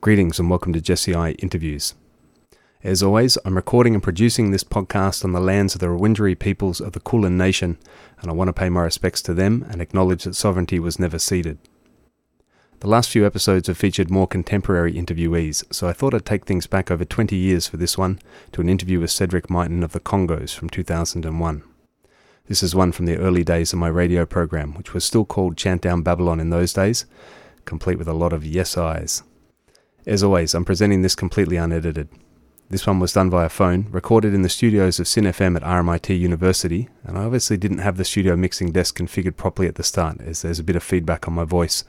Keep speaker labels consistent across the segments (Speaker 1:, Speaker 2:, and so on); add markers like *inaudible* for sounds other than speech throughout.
Speaker 1: Greetings and welcome to Jesse I Interviews. As always, I'm recording and producing this podcast on the lands of the Rawindjeri peoples of the Kulin Nation, and I want to pay my respects to them and acknowledge that sovereignty was never ceded. The last few episodes have featured more contemporary interviewees, so I thought I'd take things back over 20 years for this one to an interview with Cedric Myton of the Congos from 2001. This is one from the early days of my radio program, which was still called Chant Down Babylon in those days, complete with a lot of yes eyes. As always, I'm presenting this completely unedited. This one was done via phone, recorded in the studios of CineFM at RMIT University, and I obviously didn't have the studio mixing desk configured properly at the start, as there's a bit of feedback on my voice.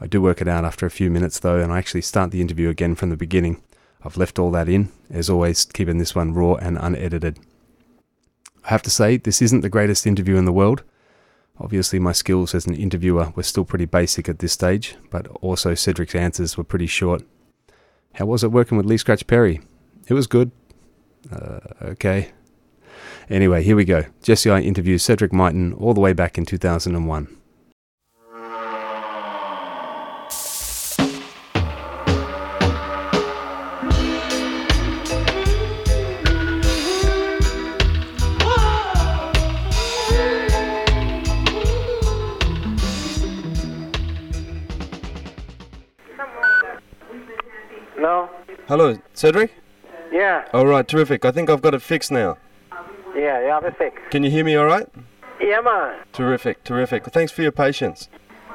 Speaker 1: I do work it out after a few minutes though, and I actually start the interview again from the beginning. I've left all that in, as always, keeping this one raw and unedited. I have to say, this isn't the greatest interview in the world. Obviously, my skills as an interviewer were still pretty basic at this stage, but also Cedric's answers were pretty short. How was it working with Lee Scratch Perry? It was good. Uh, okay. Anyway, here we go. Jesse I interviews Cedric Myton all the way back in 2001.
Speaker 2: No?
Speaker 3: Hello, Cedric?
Speaker 2: Yeah,
Speaker 3: All right, terrific. I think I've got it fixed now.
Speaker 2: yeah, yeah, the six.
Speaker 3: Can you hear me all right?
Speaker 2: Yeah, man.
Speaker 3: Terrific, terrific. Thanks for your patience.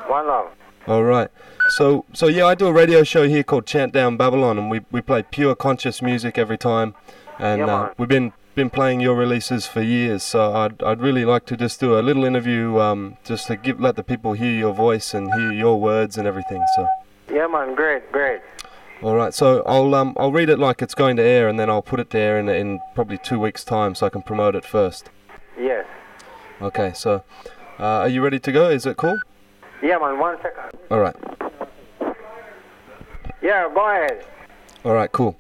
Speaker 2: One love.
Speaker 3: All right. So, so yeah, I do a radio show here called Chant Down Babylon, and we, we play pure conscious music every time. And
Speaker 2: Yeah,
Speaker 3: uh,
Speaker 2: man.
Speaker 3: we've been been playing your releases for years, so I'd, I'd really like to just do a little interview um, just to give let the people hear your voice and hear your words and everything. So,
Speaker 2: Yeah, man, great, great.
Speaker 3: all right. So I'll um, I'll read it like it's going to air, and then I'll put it there in in probably two weeks' time, so I can promote it first.
Speaker 2: Yes.
Speaker 3: Okay, so uh, are you ready to go? Is it cool?
Speaker 2: Yeah, man, one second.
Speaker 3: All right,
Speaker 2: Yeah, go ahead.
Speaker 3: all right, cool.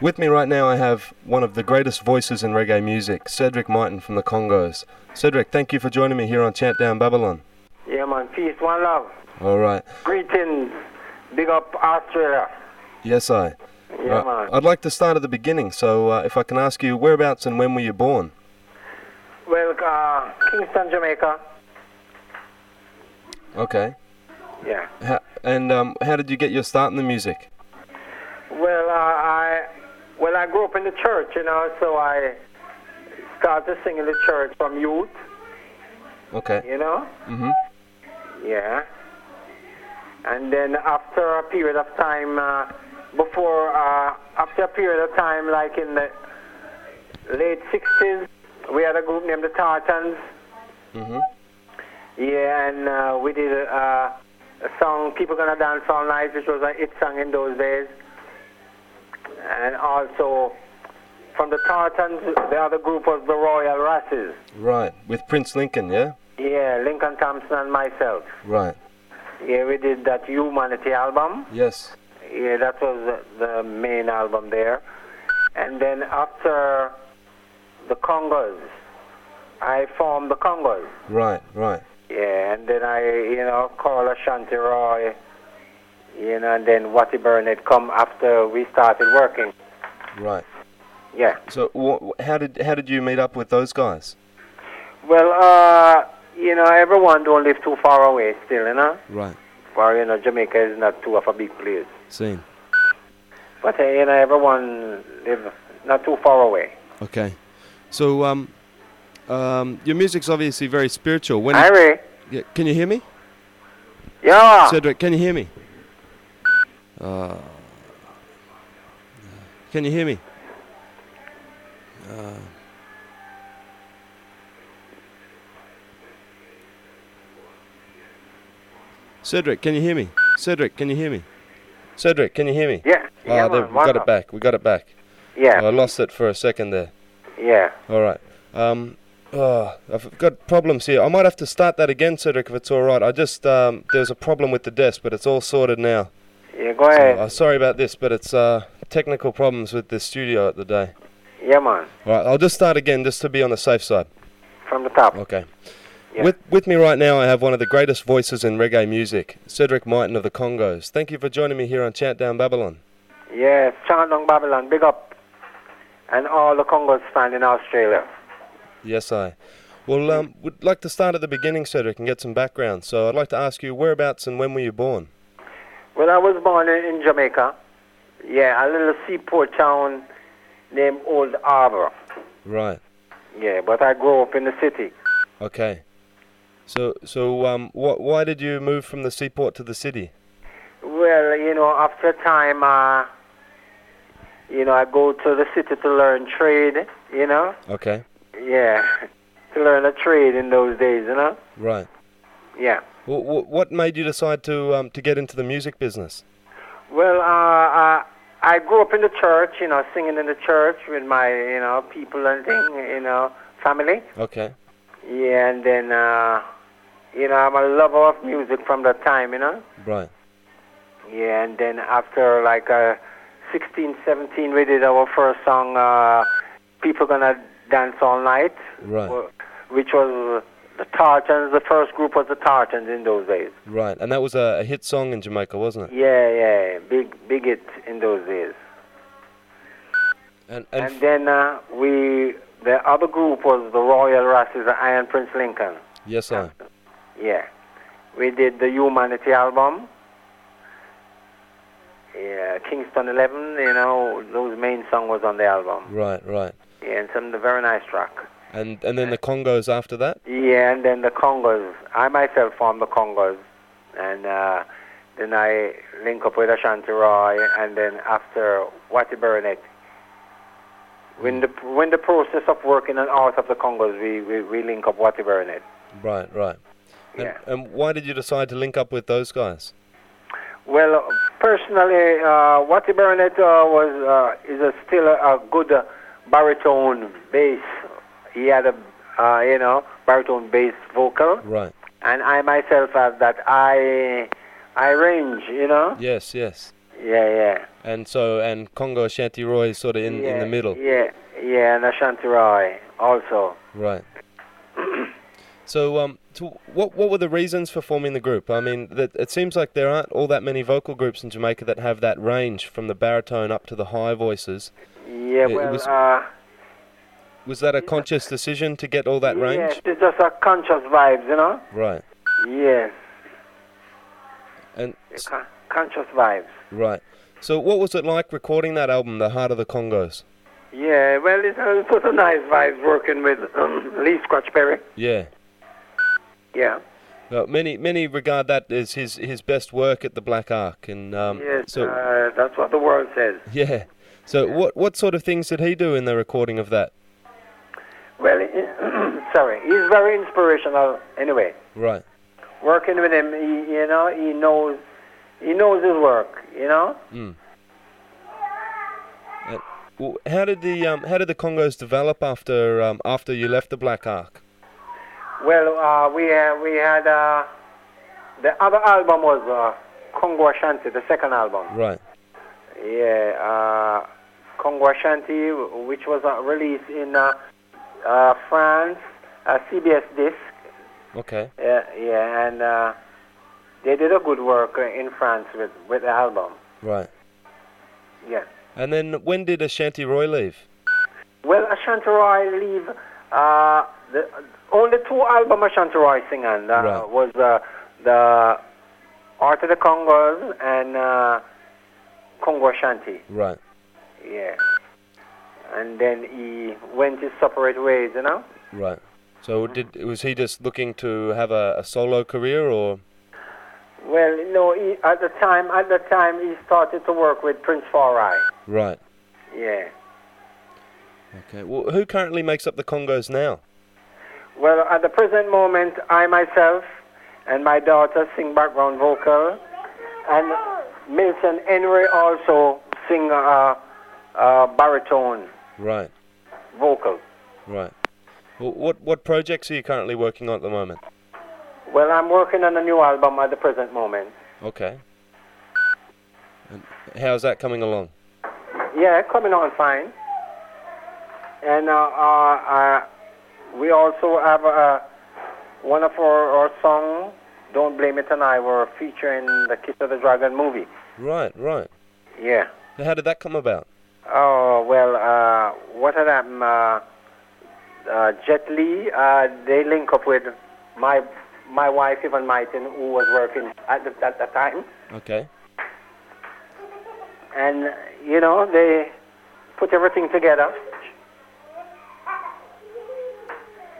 Speaker 3: With me right now, I have one of the greatest voices in reggae music, Cedric Martin from the Congos. Cedric, thank you for joining me here on Chant Down Babylon.
Speaker 2: Yeah, man, peace, one love.
Speaker 3: All right,
Speaker 2: Greetings. Big up Australia.
Speaker 3: yes, I.
Speaker 2: Yeah,
Speaker 3: Uh,
Speaker 2: man.
Speaker 3: I'd like to start at the beginning, so uh, if I can ask you, whereabouts and when were you born?
Speaker 2: Well, uh, Kingston, Jamaica.
Speaker 3: Okay.
Speaker 2: Yeah.
Speaker 3: How, and um, how did you get your start in the music?
Speaker 2: Well, uh, I well I grew up in the church, you know, so I started singing in the church from youth,
Speaker 3: Okay.
Speaker 2: you know.
Speaker 3: hmm
Speaker 2: Yeah. And then after a period of time, uh, before, uh, after a period of time, like in the late 60s, we had a group named the Tartans.
Speaker 3: hmm
Speaker 2: Yeah, and uh, we did a, a song, People Gonna Dance All Night, which was a hit song in those days. And also, from the Tartans, the other group was the Royal Rasses.
Speaker 3: Right. With Prince Lincoln, yeah.
Speaker 2: Yeah, Lincoln Thompson and myself.
Speaker 3: Right.
Speaker 2: Yeah, we did that Humanity album.
Speaker 3: Yes.
Speaker 2: Yeah, that was the the main album there. And then after the Congos, I formed the Congos.
Speaker 3: Right. Right.
Speaker 2: Yeah, and then I, you know, called Ashanti Roy, you know, and then Watty Burnett come after we started working.
Speaker 3: Right.
Speaker 2: Yeah.
Speaker 3: So, wh- wh- how did how did you meet up with those guys?
Speaker 2: Well, uh, you know, everyone don't live too far away still, you know.
Speaker 3: Right,
Speaker 2: For, you know, Jamaica is not too of a big place.
Speaker 3: seen.
Speaker 2: But, uh, you know, everyone live not too far away.
Speaker 3: Okay, so um, um, your music's obviously very spiritual. When
Speaker 2: Harry,
Speaker 3: yeah, can you hear me,
Speaker 2: yeah.
Speaker 3: Cedric? Can you hear me? Uh, can you hear me? Uh, Cedric, can you hear me? Cedric, can you hear me? Cedric, can you hear me?
Speaker 2: Yeah. yeah,
Speaker 3: Ah, there,
Speaker 2: man,
Speaker 3: we
Speaker 2: one
Speaker 3: got
Speaker 2: up.
Speaker 3: it back. Uh, We got it back.
Speaker 2: Yeah,
Speaker 3: I lost it for a second there.
Speaker 2: yeah.
Speaker 3: All right. Um, oh, I've got problems here. I might have to start that again, Cedric, if it's all right. I just um, there's a problem with the desk, but it's all sorted now.
Speaker 2: Yeah, go
Speaker 3: So,
Speaker 2: ahead.
Speaker 3: uh, sorry about this, but it's uh, technical problems with the studio at the day.
Speaker 2: Yeah, man.
Speaker 3: All right, I'll just start again just to be on the safe side.
Speaker 2: From the top.
Speaker 3: Okay.
Speaker 2: Yeah.
Speaker 3: With, with me right now, I have one of the greatest voices in reggae music, Cedric Martin of the Congos. Thank you for joining me here on Chat Down Babylon.
Speaker 2: Yes, Chandong Babylon, big up. And all the Congos stand in Australia.
Speaker 3: Yes, I. Well, um, would like to start at the beginning, Cedric, and get some background. So I'd like to ask you whereabouts and when were you born?
Speaker 2: Well, I was born in, in Jamaica. Yeah, a little seaport town named Old Harbor.
Speaker 3: Right.
Speaker 2: Yeah, but I grew up in the city.
Speaker 3: Okay. So, so um, wh- why did you move from the seaport to the city?
Speaker 2: Well, you know, after time, uh, you know, I go to the city to learn trade, you know?
Speaker 3: Okay.
Speaker 2: Yeah, *laughs* to learn a trade in those days, you know?
Speaker 3: Right.
Speaker 2: Yeah.
Speaker 3: Wh- wh- what made you decide to um, to get into the music business?
Speaker 2: Well, uh, I, I grew up in the church, you know, singing in the church with my, you know, people and thing, you know, family.
Speaker 3: Okay.
Speaker 2: Yeah, and then, uh, you know, I'm a lover of music from that time, you know.
Speaker 3: Right.
Speaker 2: Yeah, and then after like uh, 16, 17, we did our first song, uh, People Gonna Dance All Night,
Speaker 3: Right.
Speaker 2: wh- which was the Tartans. The first group was the Tartans in those days.
Speaker 3: Right. And that was a, a hit song in Jamaica, wasn't it?
Speaker 2: Yeah, yeah, big, big hit in those days.
Speaker 3: And and,
Speaker 2: And then uh, we, the other group was the Royal Rasses, the Iron Prince Lincoln.
Speaker 3: yes, I.
Speaker 2: Yeah. We did the Humanity album. Yeah, Kingston 11, you know, those main song was on the album.
Speaker 3: Right. Right.
Speaker 2: Yeah, and some very nice track.
Speaker 3: And and then the Congos after that.
Speaker 2: Yeah, and then the Congos. I myself formed the Congos. And uh, then I link up with Ashanti Roy, and then after Watty Burnett. When the, when the process of working on Art of the Congos, we, we, we link up Watty Burnett.
Speaker 3: Right. Right. And,
Speaker 2: Yeah.
Speaker 3: and why did you decide to link up with those guys?
Speaker 2: Well, personally, uh, Watty Burnett uh, was uh, is a still a, a good uh, baritone bass. He had a uh, you know baritone bass vocal,
Speaker 3: Right.
Speaker 2: and I myself have that I I range. You know.
Speaker 3: Yes. Yes.
Speaker 2: Yeah, yeah.
Speaker 3: And so and Congo Ashanti Roy is sort of in,
Speaker 2: yeah,
Speaker 3: in the middle.
Speaker 2: Yeah, yeah, and Ashanti Rai also.
Speaker 3: Right. *coughs* So, um, to, what what were the reasons for forming the group? I mean, that, it seems like there aren't all that many vocal groups in Jamaica that have that range from the baritone up to the high voices.
Speaker 2: Yeah,
Speaker 3: it
Speaker 2: well,
Speaker 3: was-
Speaker 2: uh,
Speaker 3: Was that a conscious decision to get all that
Speaker 2: yes,
Speaker 3: range?
Speaker 2: it's just a conscious vibes, you know.
Speaker 3: Right.
Speaker 2: Yes,
Speaker 3: And
Speaker 2: con- conscious vibes.
Speaker 3: right. So, what was it like recording that album, The Heart of the Congos?
Speaker 2: Yeah, well, it's, uh, it was a nice vibes working with um, Lee Scratch Perry.
Speaker 3: Yeah.
Speaker 2: Yeah.
Speaker 3: Uh, many many regard that as his his best work at the Black Ark, and um,
Speaker 2: yes,
Speaker 3: so
Speaker 2: uh, that's what the world says.
Speaker 3: yeah. So, what what sort of things did he do in the recording of that?
Speaker 2: Well, *clears throat* he- sorry, he's very inspirational. Anyway,
Speaker 3: Right.
Speaker 2: working with him, he, you know, he knows, he knows his work. You know,
Speaker 3: Mm. Uh, well, how did the um, how did the Congos develop after um, after you left the Black Ark?
Speaker 2: well, uh, we uh, we had uh, the other album was uh, Congo Ashanti, the second album.
Speaker 3: Right,
Speaker 2: Yeah, uh, Congo Ashanti, which was uh, released in uh, uh, France, uh, CBS disc.
Speaker 3: okay,
Speaker 2: Yeah, yeah, and uh, they did a good work uh, in France with with the album.
Speaker 3: right.
Speaker 2: Yeah.
Speaker 3: And then when did Ashanti Roy leave?
Speaker 2: Well, Ashanti Roy leave uh, the only two album Ashanti Roy sing on uh,
Speaker 3: Right.
Speaker 2: was uh, the Art of the Congos and uh, Congo Ashanti.
Speaker 3: Right,
Speaker 2: Yeah. And then he went his separate ways, you know.
Speaker 3: right. So did was he just looking to have a, a solo career or
Speaker 2: Well, no, he, at the time, at the time, he started to work with Prince Farai.
Speaker 3: right?
Speaker 2: Yeah.
Speaker 3: Okay. Well, who currently makes up the Congos now?
Speaker 2: Well, at the present moment, I myself and my daughter sing background vocal, and Milton Henry also sing uh, uh, baritone
Speaker 3: Right,
Speaker 2: vocal.
Speaker 3: right. Well, what what projects are you currently working on at the moment?
Speaker 2: Well, I'm working on a new album at the present moment.
Speaker 3: Okay. And how's that coming along?
Speaker 2: Yeah, coming on fine. And uh, uh, uh, we also have uh, one of our, our song, Don't Blame It on I, were featuring the Kiss of the Dragon movie.
Speaker 3: Right, right.
Speaker 2: Yeah.
Speaker 3: How did that come about?
Speaker 2: Oh, well, uh, what had happened? Uh, uh, Jet Li, uh, they link up with my my wife, Yvonne Martin, who was working at the, at the time.
Speaker 3: Okay.
Speaker 2: And, you know, they put everything together.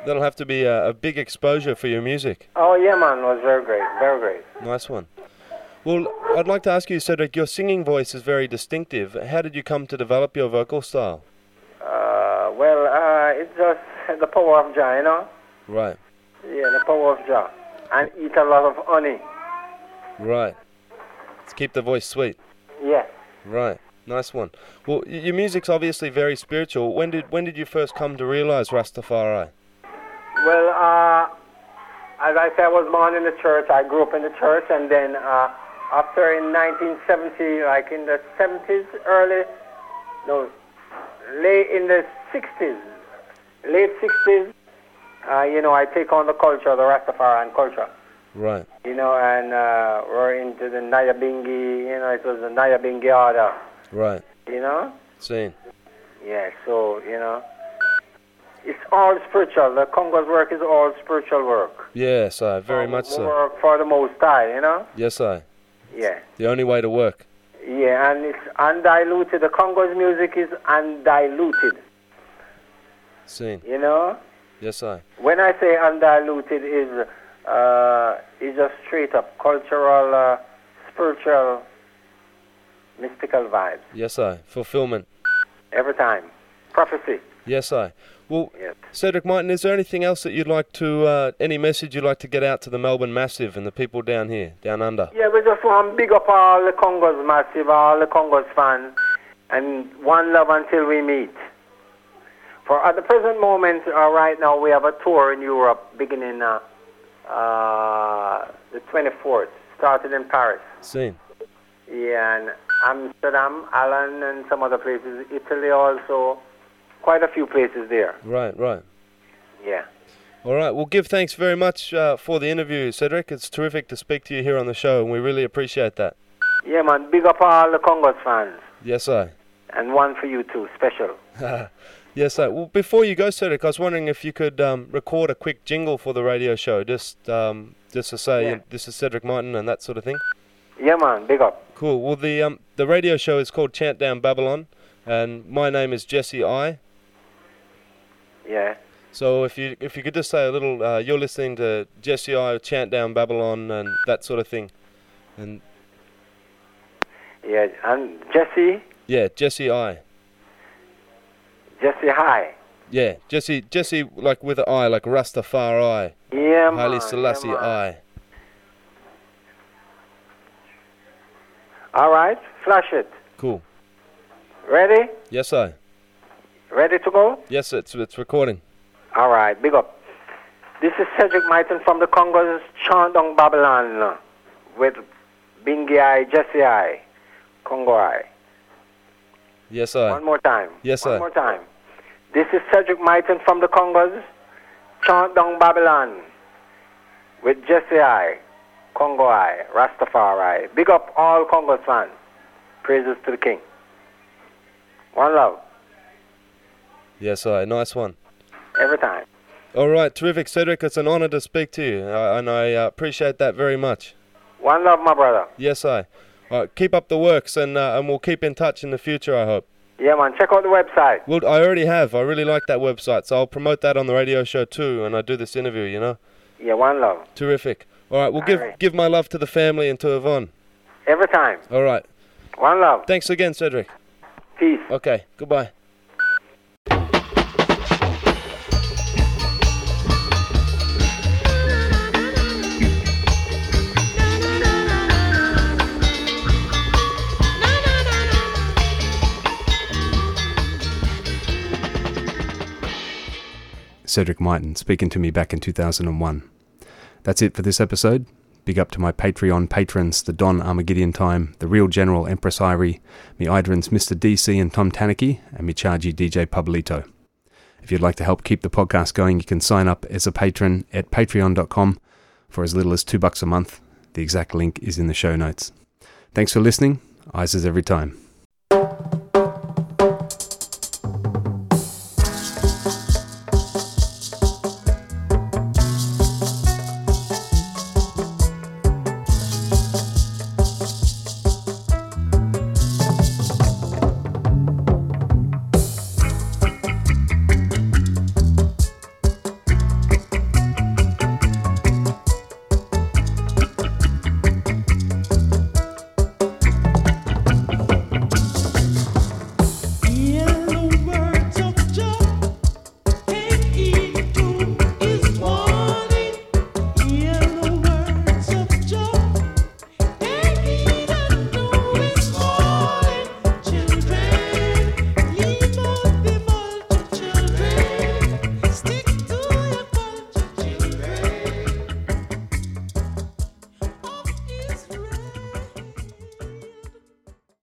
Speaker 3: That'll have to be a, a big exposure for your music.
Speaker 2: Oh, yeah, man, it was very great, very great.
Speaker 3: Nice one. Well, I'd like to ask you, Cedric, your singing voice is very distinctive. How did you come to develop your vocal style?
Speaker 2: Uh, well, uh, it's just *laughs* the power of Jah, you know?
Speaker 3: Right,
Speaker 2: Yeah, the power of Jah. And eat a lot of honey.
Speaker 3: right. Let's keep the voice sweet.
Speaker 2: Yeah.
Speaker 3: Right. Nice one. Well, y- your music's obviously very spiritual. When did when did you first come to realize Rastafari?
Speaker 2: Well, uh, as I said, I was born in the church. I grew up in the church, and then uh, after in 1970, like in the 70s, early, no, late in the 60s, late 60s, uh, you know, I take on the culture, the Rastafarian culture.
Speaker 3: Right.
Speaker 2: You know, and uh, we're into the Nyabingi, you know, it was the Nyabingi order,
Speaker 3: Right.
Speaker 2: you know?
Speaker 3: Seen.
Speaker 2: Yeah, so, you know, it's all spiritual. The Congo's work is all spiritual work.
Speaker 3: Yes, I. Very much
Speaker 2: We
Speaker 3: so.
Speaker 2: Work for the most high, you know?
Speaker 3: Yes, I.
Speaker 2: Yeah.
Speaker 3: The only way to work.
Speaker 2: Yeah, and it's undiluted. The Congo's music is undiluted,
Speaker 3: Seen.
Speaker 2: you know?
Speaker 3: Yes, I.
Speaker 2: When I say undiluted, is uh, is just straight up cultural, uh, spiritual, mystical vibes
Speaker 3: Yes, I. Fulfillment.
Speaker 2: every time. Prophecy.
Speaker 3: Yes, I. Well,
Speaker 2: Yes.
Speaker 3: Cedric Martin, is there anything else that you'd like to, uh, any message you'd like to get out to the Melbourne Massive and the people down here, down under?
Speaker 2: Yeah, we just want to big up all the Congo's massive, all the Congo's fans, and one love until we meet. For at the present moment, uh, right now, we have a tour in Europe beginning uh, uh, the 24th, started in Paris.
Speaker 3: Seen.
Speaker 2: Yeah, and Amsterdam, Allen, and some other places. Italy also, quite a few places there.
Speaker 3: Right, right.
Speaker 2: Yeah.
Speaker 3: All right. Well, give thanks very much uh, for the interview, Cedric. It's terrific to speak to you here on the show, and we really appreciate that.
Speaker 2: Yeah, man, big up all the Congo's fans,
Speaker 3: Yes, I.
Speaker 2: and one for you too, special.
Speaker 3: Yes, I. Well, before you go, Cedric, I was wondering if you could um, record a quick jingle for the radio show, just um, just to say
Speaker 2: Yeah.
Speaker 3: this is Cedric Martin and that sort of thing.
Speaker 2: Yeah, man, big up.
Speaker 3: Cool. Well, the um, the radio show is called Chant Down Babylon, and my name is Jesse I.
Speaker 2: Yeah.
Speaker 3: So if you if you could just say a little, uh, you're listening to Jesse I chant down Babylon and that sort of thing, and
Speaker 2: Yeah, and Jesse,
Speaker 3: yeah, Jesse I,
Speaker 2: Jesse High.
Speaker 3: yeah, Jesse Jesse like with an I, like Rastafari,
Speaker 2: Yeah, man.
Speaker 3: Haile Selassie
Speaker 2: yeah, man.
Speaker 3: I.
Speaker 2: All right, flash it.
Speaker 3: Cool.
Speaker 2: Ready?
Speaker 3: Yes I.
Speaker 2: Ready to go?
Speaker 3: Yes, it's it's recording.
Speaker 2: All right, big up. This is Cedric Martin from the Congo's Chandong Babylon with Bingi I, Jesse I, Congo I.
Speaker 3: Yes I.
Speaker 2: One more time.
Speaker 3: Yes,
Speaker 2: One
Speaker 3: sir.
Speaker 2: more time. This is Cedric Martin from the Congo's Chandong Babylon with Jesse I, Congo I, Rastafari. Big up all Congo's fans. Praises to the King. One love,
Speaker 3: Yes I. Nice one.
Speaker 2: every time.
Speaker 3: All right, terrific, Cedric. It's an honour to speak to you, uh, and I uh, appreciate that very much.
Speaker 2: One love, my brother.
Speaker 3: Yes I. All right, keep up the works, and uh, and we'll keep in touch in the future. I hope.
Speaker 2: Yeah, man, check out the website.
Speaker 3: Well, I already have. I really like that website, so I'll promote that on the radio show too. And I do this interview, you know.
Speaker 2: Yeah, one love,
Speaker 3: Terrific. All right, well, give
Speaker 2: right.
Speaker 3: give my love to the family and to Yvonne.
Speaker 2: every time.
Speaker 3: All right,
Speaker 2: One love,
Speaker 3: thanks again, Cedric.
Speaker 2: peace.
Speaker 3: Okay, goodbye.
Speaker 1: Cedric Martin speaking to me back in 2001. That's it for this episode. Big up to my Patreon patrons, the Don Armageddon Time, the Real General Empress Irie, me Idrins Mr. DC and Tom Tanicky, and me Chargy DJ Pablito. If you'd like to help keep the podcast going, you can sign up as a patron at patreon.com for as little as two bucks a month. The exact link is in the show notes. Thanks for listening. Eyes is every time.